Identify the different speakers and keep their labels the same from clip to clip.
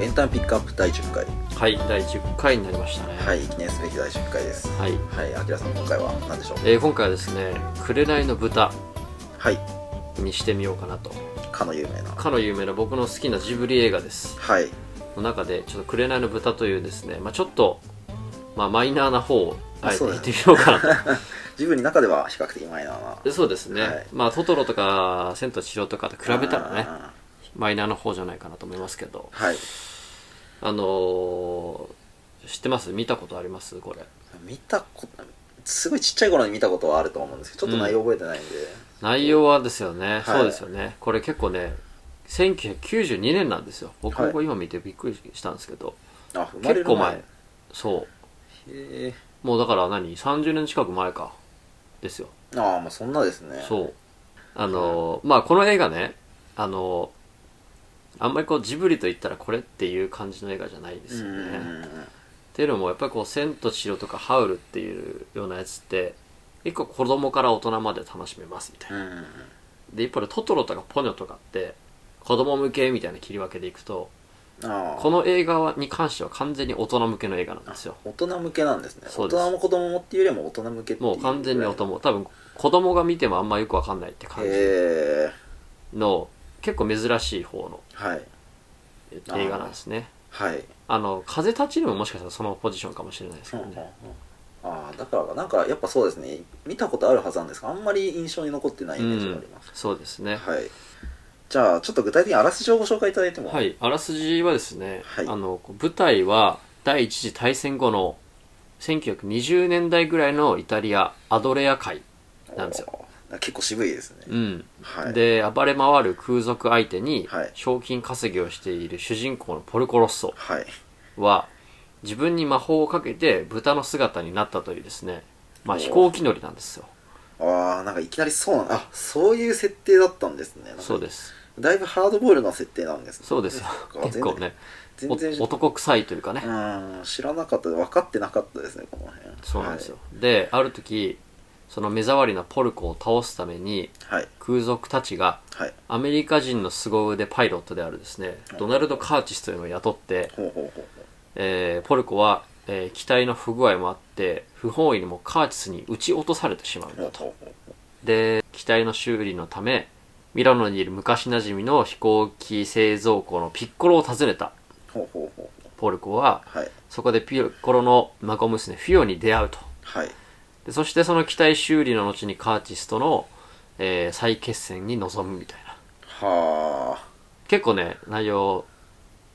Speaker 1: エンターンピックアップ第10回
Speaker 2: はい第10回になりましたね
Speaker 1: はい記念すべき第10回です
Speaker 2: はい、
Speaker 1: はいあきらさん今回は何でしょう
Speaker 2: えー今回はですね「紅の豚
Speaker 1: はい」
Speaker 2: にしてみようかなと
Speaker 1: かの有名な
Speaker 2: かの有名な僕の好きなジブリ映画です
Speaker 1: はい
Speaker 2: の中でちょっと「紅の豚」というですね、まあ、ちょっと、まあ、マイナーな方をあえて
Speaker 1: そうだ
Speaker 2: 言
Speaker 1: ね
Speaker 2: ってみようかなと
Speaker 1: 自分の中では比較的マイナー な
Speaker 2: でそうですね、
Speaker 1: はい
Speaker 2: まあトトロとか「千と千尋」とかと比べたらね
Speaker 1: あ
Speaker 2: マイナーの方じゃないかなと思いますけど
Speaker 1: ーはい
Speaker 2: あのー知ってます見たことありますこれ
Speaker 1: 見たことすごいちっちゃい頃に見たことはあると思うんですけどちょっと内容覚えてないんで、
Speaker 2: 内容はですよね、
Speaker 1: い
Speaker 2: そうですよねこれ結構ね1992年なんですよ僕も今見てびっくりしたんですけど、
Speaker 1: あ生まれ
Speaker 2: 結
Speaker 1: る
Speaker 2: 構前そ
Speaker 1: へ
Speaker 2: うもうだから何30年近く前かですよ
Speaker 1: ーああまあそんなですね
Speaker 2: そうあのーまあこの映画ねあのーあんまりこうジブリと言ったらこれっていう感じの映画じゃないですよ
Speaker 1: ん
Speaker 2: ね、
Speaker 1: う
Speaker 2: っ
Speaker 1: んうん
Speaker 2: ていうのもやっぱりこう「千と千尋」とか「ハウル」っていうようなやつって結構子供から大人まで楽しめますみたいな
Speaker 1: うんうん
Speaker 2: で一方でトトロとかポニョとかって子供向けみたいな切り分けでいくと
Speaker 1: ああ
Speaker 2: この映画に関しては完全に大人向けの映画なんですよ
Speaker 1: 大人向けなんですね
Speaker 2: そうです
Speaker 1: 大人も子供もっていうよりも大人向けっていう
Speaker 2: もう完全に大人多分子供が見てもあんまよくわかんないって感じ
Speaker 1: へえ
Speaker 2: の結構珍しい方の
Speaker 1: はい
Speaker 2: え映画なんですね
Speaker 1: はい
Speaker 2: あの風立ちにももしかしたらそのポジションかもしれないですけどね
Speaker 1: ああだからなんかやっぱそうですね見たことあるはずなんですがあんまり印象に残ってないイ
Speaker 2: う
Speaker 1: メージがあ
Speaker 2: ん
Speaker 1: ります、
Speaker 2: そうですね
Speaker 1: はいじゃあちょっと具体的にあらすじをご紹介いただいても
Speaker 2: はいいあらすじはですね
Speaker 1: はい
Speaker 2: あの舞台は第一次大戦後の1920年代ぐらいのイタリアアドレア海なんですよ
Speaker 1: よ結構渋いですね、
Speaker 2: うん
Speaker 1: はい
Speaker 2: で暴れ回る空賊相手に
Speaker 1: はい
Speaker 2: 賞金稼ぎをしている主人公のポルコロッソ
Speaker 1: はい
Speaker 2: は自分に魔法をかけて豚の姿になったというですね、まあ、
Speaker 1: おー
Speaker 2: 飛行機乗りなんですよ
Speaker 1: ああなんかいきなりそうなんあそういう設定だったんですねなんか
Speaker 2: そうです
Speaker 1: だいぶハードボイルな設定なんですね
Speaker 2: そうですよ
Speaker 1: なんか
Speaker 2: 結構ね
Speaker 1: 全
Speaker 2: お
Speaker 1: 然全然
Speaker 2: 男臭いというかね
Speaker 1: うん知らなかった分かってなかったですねこの辺
Speaker 2: そうなんですよ、である時その目障りなポルコを倒すために
Speaker 1: はい
Speaker 2: 空賊たちが
Speaker 1: はい
Speaker 2: アメリカ人の凄腕パイロットであるですねドナルド・カーチスというのを雇って
Speaker 1: ほうほうほうほう
Speaker 2: えーポルコは、えー機体の不具合もあって不本意にもカーチスに撃ち落とされてしまうん
Speaker 1: ほ
Speaker 2: だ
Speaker 1: うほ
Speaker 2: と
Speaker 1: うほう
Speaker 2: で機体の修理のためミラノにいる昔なじみの飛行機製造工のピッコロを訪ねた
Speaker 1: ほうほうほう
Speaker 2: ポルコは
Speaker 1: はい
Speaker 2: そこでピッコロの孫娘フィオに出会うと
Speaker 1: はい
Speaker 2: でそしてその機体修理の後にカーチスとの、えー再決戦に臨むみたいな
Speaker 1: は
Speaker 2: 結構ね内容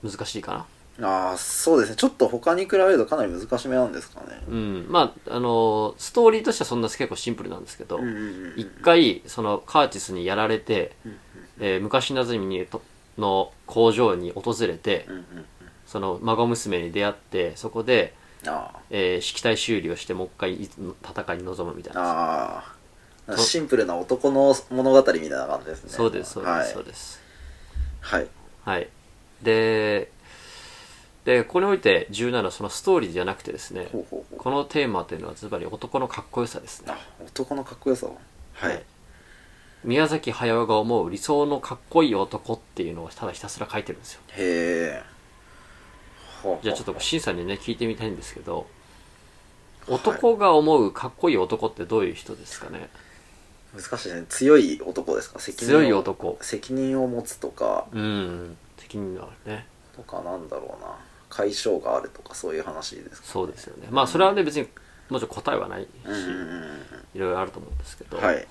Speaker 2: 難しいかな
Speaker 1: ああーそうですねちょっと他に比べるとかなり難しめなんですかね
Speaker 2: うんまああのーストーリーとしてはそんな結構シンプルなんですけど、
Speaker 1: うんうんうん
Speaker 2: 一回そのカーティスにやられて、
Speaker 1: うんうん
Speaker 2: えー昔なじみにとの工場に訪れて
Speaker 1: うんうん
Speaker 2: その孫娘に出会ってそこで、
Speaker 1: あ
Speaker 2: えー、色体修理をしてもう一回い戦いに臨むみたい
Speaker 1: ー
Speaker 2: な
Speaker 1: あーなんか
Speaker 2: と
Speaker 1: シンプルな男の物語みたいな感じですね
Speaker 2: そうですそうです、
Speaker 1: はい、
Speaker 2: そうです
Speaker 1: はい
Speaker 2: はいででこれにおいて重要なのはそのストーリーじゃなくてですね
Speaker 1: ほうほうほう
Speaker 2: このテーマというのはズバリ男のかっこよさですね
Speaker 1: あ男のかっこよさをはい、
Speaker 2: 宮崎駿が思う理想のかっこいい男っていうのをただひたすら書いてるんですよ
Speaker 1: へえ
Speaker 2: じゃあちょっとシンさんにね聞いてみたいんですけど男が思うかっこいい男ってどういう人ですかね、
Speaker 1: 難しいですね強い男ですか責任を
Speaker 2: 強い男
Speaker 1: 責任を持つとか
Speaker 2: うん責任のあるね
Speaker 1: とかなんだろうな解消があるとかそういう話ですか
Speaker 2: そうですよねまあそれはね別にもちろん答えはないし、
Speaker 1: うんうんうん
Speaker 2: いろいろあると思うんですけ
Speaker 1: う
Speaker 2: ど、
Speaker 1: んはい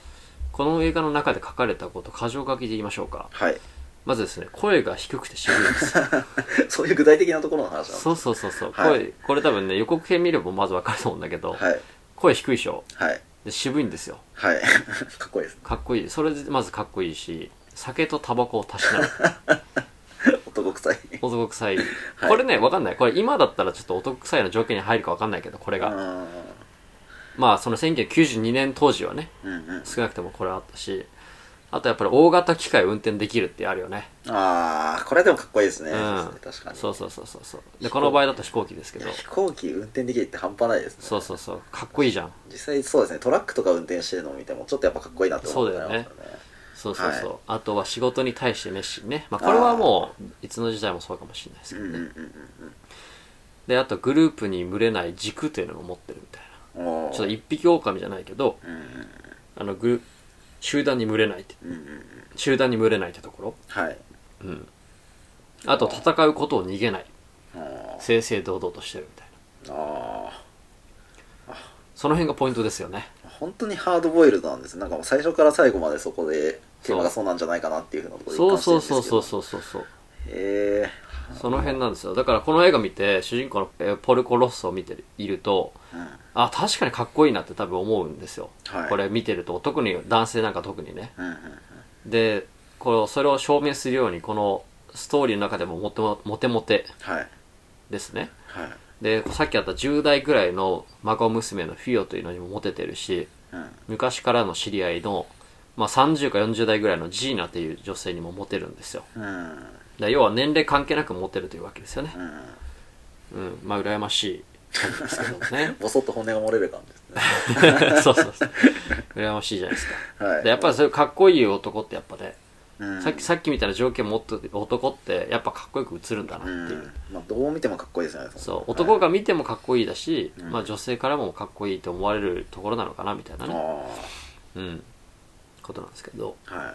Speaker 2: この映画の中で書かれたこと箇条書きで言いましょうか
Speaker 1: はい
Speaker 2: まずですね声が低くて渋いんですよ
Speaker 1: そういう具体的なところの話なんです
Speaker 2: そうそうそうそう、
Speaker 1: はい
Speaker 2: 声これ多分ね予告編見ればまず分かると思うんだけど、
Speaker 1: はい
Speaker 2: 声低いでしょ
Speaker 1: はい
Speaker 2: で渋いんですよ
Speaker 1: はい かっこいいです
Speaker 2: かっこいいそれでまずかっこいいし酒とタバコをたしなむ
Speaker 1: 男臭い
Speaker 2: 男臭い、
Speaker 1: い
Speaker 2: これねわかんないこれ今だったらちょっと男臭いの条件に入るかわかんないけどこれ
Speaker 1: う
Speaker 2: が、
Speaker 1: ん
Speaker 2: まあその1992年当時はね
Speaker 1: うんうん
Speaker 2: 少なくともこれはあったしあとやっぱり大型機械を運転できるってあるよね
Speaker 1: ああこれでもかっこいいですね、
Speaker 2: うん
Speaker 1: 確かに
Speaker 2: そうそうそうそうそうでこの場合だと飛行機ですけ
Speaker 1: い
Speaker 2: ど
Speaker 1: や飛行機運転できるって半端ないですね
Speaker 2: そうそうそうかっこいいじゃん
Speaker 1: 実際そうですねトラックとか運転してるのを見てもちょっとやっぱかっこいいなって思ったりしますよね
Speaker 2: そうそうそう、あとは仕事に対してねしね、まあ、これはもういつの時代もそうかもしれないです
Speaker 1: う
Speaker 2: け
Speaker 1: ん
Speaker 2: ど
Speaker 1: う
Speaker 2: ね、
Speaker 1: ん
Speaker 2: であとグループに群れない軸というのも持ってるみたい
Speaker 1: うんうんお
Speaker 2: な
Speaker 1: ー
Speaker 2: ちょっと一匹狼じゃないけど
Speaker 1: うんうん
Speaker 2: あのグル集団に群れないって
Speaker 1: うんうん
Speaker 2: 集団に群れないってとこ
Speaker 1: はい
Speaker 2: ろうんあと戦うことを逃げない
Speaker 1: あー
Speaker 2: 正々堂々としてるみたいな
Speaker 1: あ
Speaker 2: その辺がポイントですよね
Speaker 1: ー本当にハードボイルドなんですなんかもう最初から最後までそこでテーマがそうなんじゃないかなっていうふうなところで
Speaker 2: そうそう
Speaker 1: 一貫して
Speaker 2: そ
Speaker 1: るん
Speaker 2: う
Speaker 1: ですけ
Speaker 2: そ
Speaker 1: ど
Speaker 2: うそうそうそう
Speaker 1: へえ
Speaker 2: その辺なんですよだからこの映画見て主人公のえーポルコ・ロッソを見てるいると
Speaker 1: うん
Speaker 2: あ確かにかっこいいなって多分思うんですよ、
Speaker 1: はい
Speaker 2: これ見てると特に男性なんか特にね
Speaker 1: うんうん
Speaker 2: でこうそれを証明するようにこのストーリーの中でもモテモモテモテ
Speaker 1: はい
Speaker 2: ですね
Speaker 1: はい
Speaker 2: でさっきあった10代ぐらいの孫娘のフィオというのにもモテてるし
Speaker 1: うん
Speaker 2: 昔からの知り合いの、まあ、30か40代ぐらいのジーナという女性にもモテるんですよ
Speaker 1: うん
Speaker 2: で要は年齢関係なくモテるというわけですよね
Speaker 1: うん
Speaker 2: うんまあ羨ましい感じですけ どね
Speaker 1: ボソッと骨が漏れる感じですね
Speaker 2: そうそうそう羨ましいじゃないですか
Speaker 1: はい
Speaker 2: でやっぱりそういうかっこいい男ってやっぱね、
Speaker 1: うん
Speaker 2: さっきさっきみたいな条件持ってる男ってやっぱかっこよく映るんだなっ
Speaker 1: う
Speaker 2: ていう、
Speaker 1: んまあどう見てもかっこいいですよね
Speaker 2: そう男が見てもかっこいいだし、
Speaker 1: うん
Speaker 2: まあ、女性からもかっこいいと思われるところなのかなみたいなね、
Speaker 1: あ
Speaker 2: うん、ことなんですけど
Speaker 1: あはい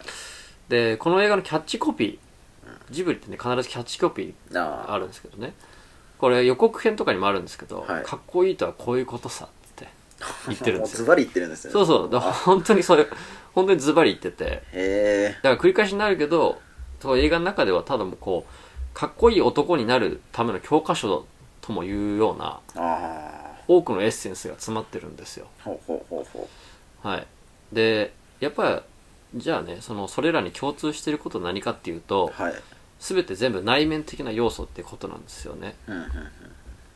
Speaker 2: でこの映画のキャッチコピージブリってね必ずキャッチコピー
Speaker 1: なあ
Speaker 2: あるんですけどねこれ予告編とかにもあるんですけど、
Speaker 1: はい
Speaker 2: かっこいいとはこういうことさって 言ってるんですよ
Speaker 1: もうズバリ言ってるんですよね
Speaker 2: そうそうだから本当にそれ本当にズバリ言ってて
Speaker 1: へえ
Speaker 2: だから繰り返しになるけどそう映画の中ではただもうこうかっこいい男になるための教科書ともいうような
Speaker 1: ああ
Speaker 2: 多くのエッセンスが詰まってるんですよ
Speaker 1: ほうほうほうほ
Speaker 2: はいでやっぱりじゃあねそのそれらに共通していることは何かっていう
Speaker 1: う
Speaker 2: と
Speaker 1: はい
Speaker 2: 全て全部内面的な要素ってことなんですよね
Speaker 1: うんうん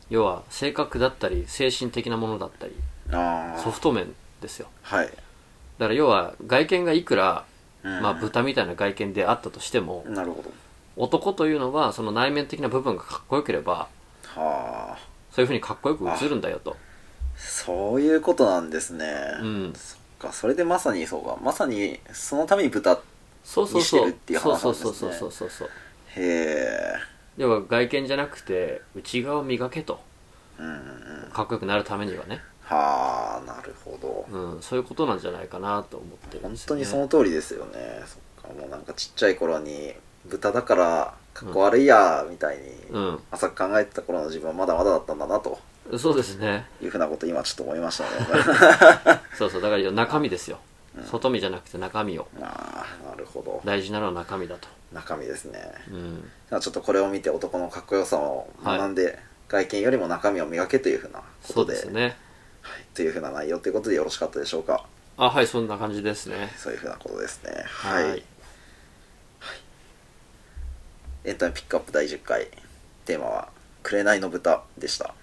Speaker 2: 要は性格だったり精神的なものだったり
Speaker 1: うんああ
Speaker 2: ソフト面ですよ
Speaker 1: はい
Speaker 2: だから要は外見がいくら、
Speaker 1: うん
Speaker 2: まあ、豚みたいな外見であったとしても
Speaker 1: なるほど
Speaker 2: 男というのはその内面的な部分がかっこよければ
Speaker 1: はあ
Speaker 2: そういうふうにかっこよく映るんだよと
Speaker 1: そういうことなんですね
Speaker 2: うん
Speaker 1: そっかそれでまさにそうかまさにそのために豚
Speaker 2: そうそうそ
Speaker 1: 見せ
Speaker 2: う
Speaker 1: るっていう話
Speaker 2: そ
Speaker 1: な
Speaker 2: うん
Speaker 1: です
Speaker 2: そ
Speaker 1: ね
Speaker 2: うそうそうそうそうそう
Speaker 1: へえ
Speaker 2: 要は外見じゃなくて内側を磨けと
Speaker 1: うんうんうん
Speaker 2: かっこよくなるためにはね、
Speaker 1: はあなるほど
Speaker 2: うん、そういうことなんじゃないかなと思ってるん
Speaker 1: 本
Speaker 2: です
Speaker 1: 当
Speaker 2: よ、ね、
Speaker 1: にその通りですよねそっかもうなんかちっちゃい頃に豚だからかっこ悪いやみたいに浅く考えてた頃の自分はまだまだだったんだなと
Speaker 2: うんそうですね
Speaker 1: いうふうなことを今ちょっと思いま したね
Speaker 2: そうそうだから中身ですよ、外身じゃなくて中身を
Speaker 1: ああなるほど
Speaker 2: 大事なのは中身だと、
Speaker 1: 中身ですね
Speaker 2: うん、
Speaker 1: じゃあちょっとこれを見て男のかっこよさを学んで、外見よりも中身を磨けというふうなこ
Speaker 2: そ
Speaker 1: と
Speaker 2: うで
Speaker 1: です
Speaker 2: ね
Speaker 1: はい、というふうな内容ということでよろしかったでしょうか
Speaker 2: あはいそんな感じですね
Speaker 1: そういうふうなことですねはい、エンタメピックアップ第10回テーマは「紅の豚」でした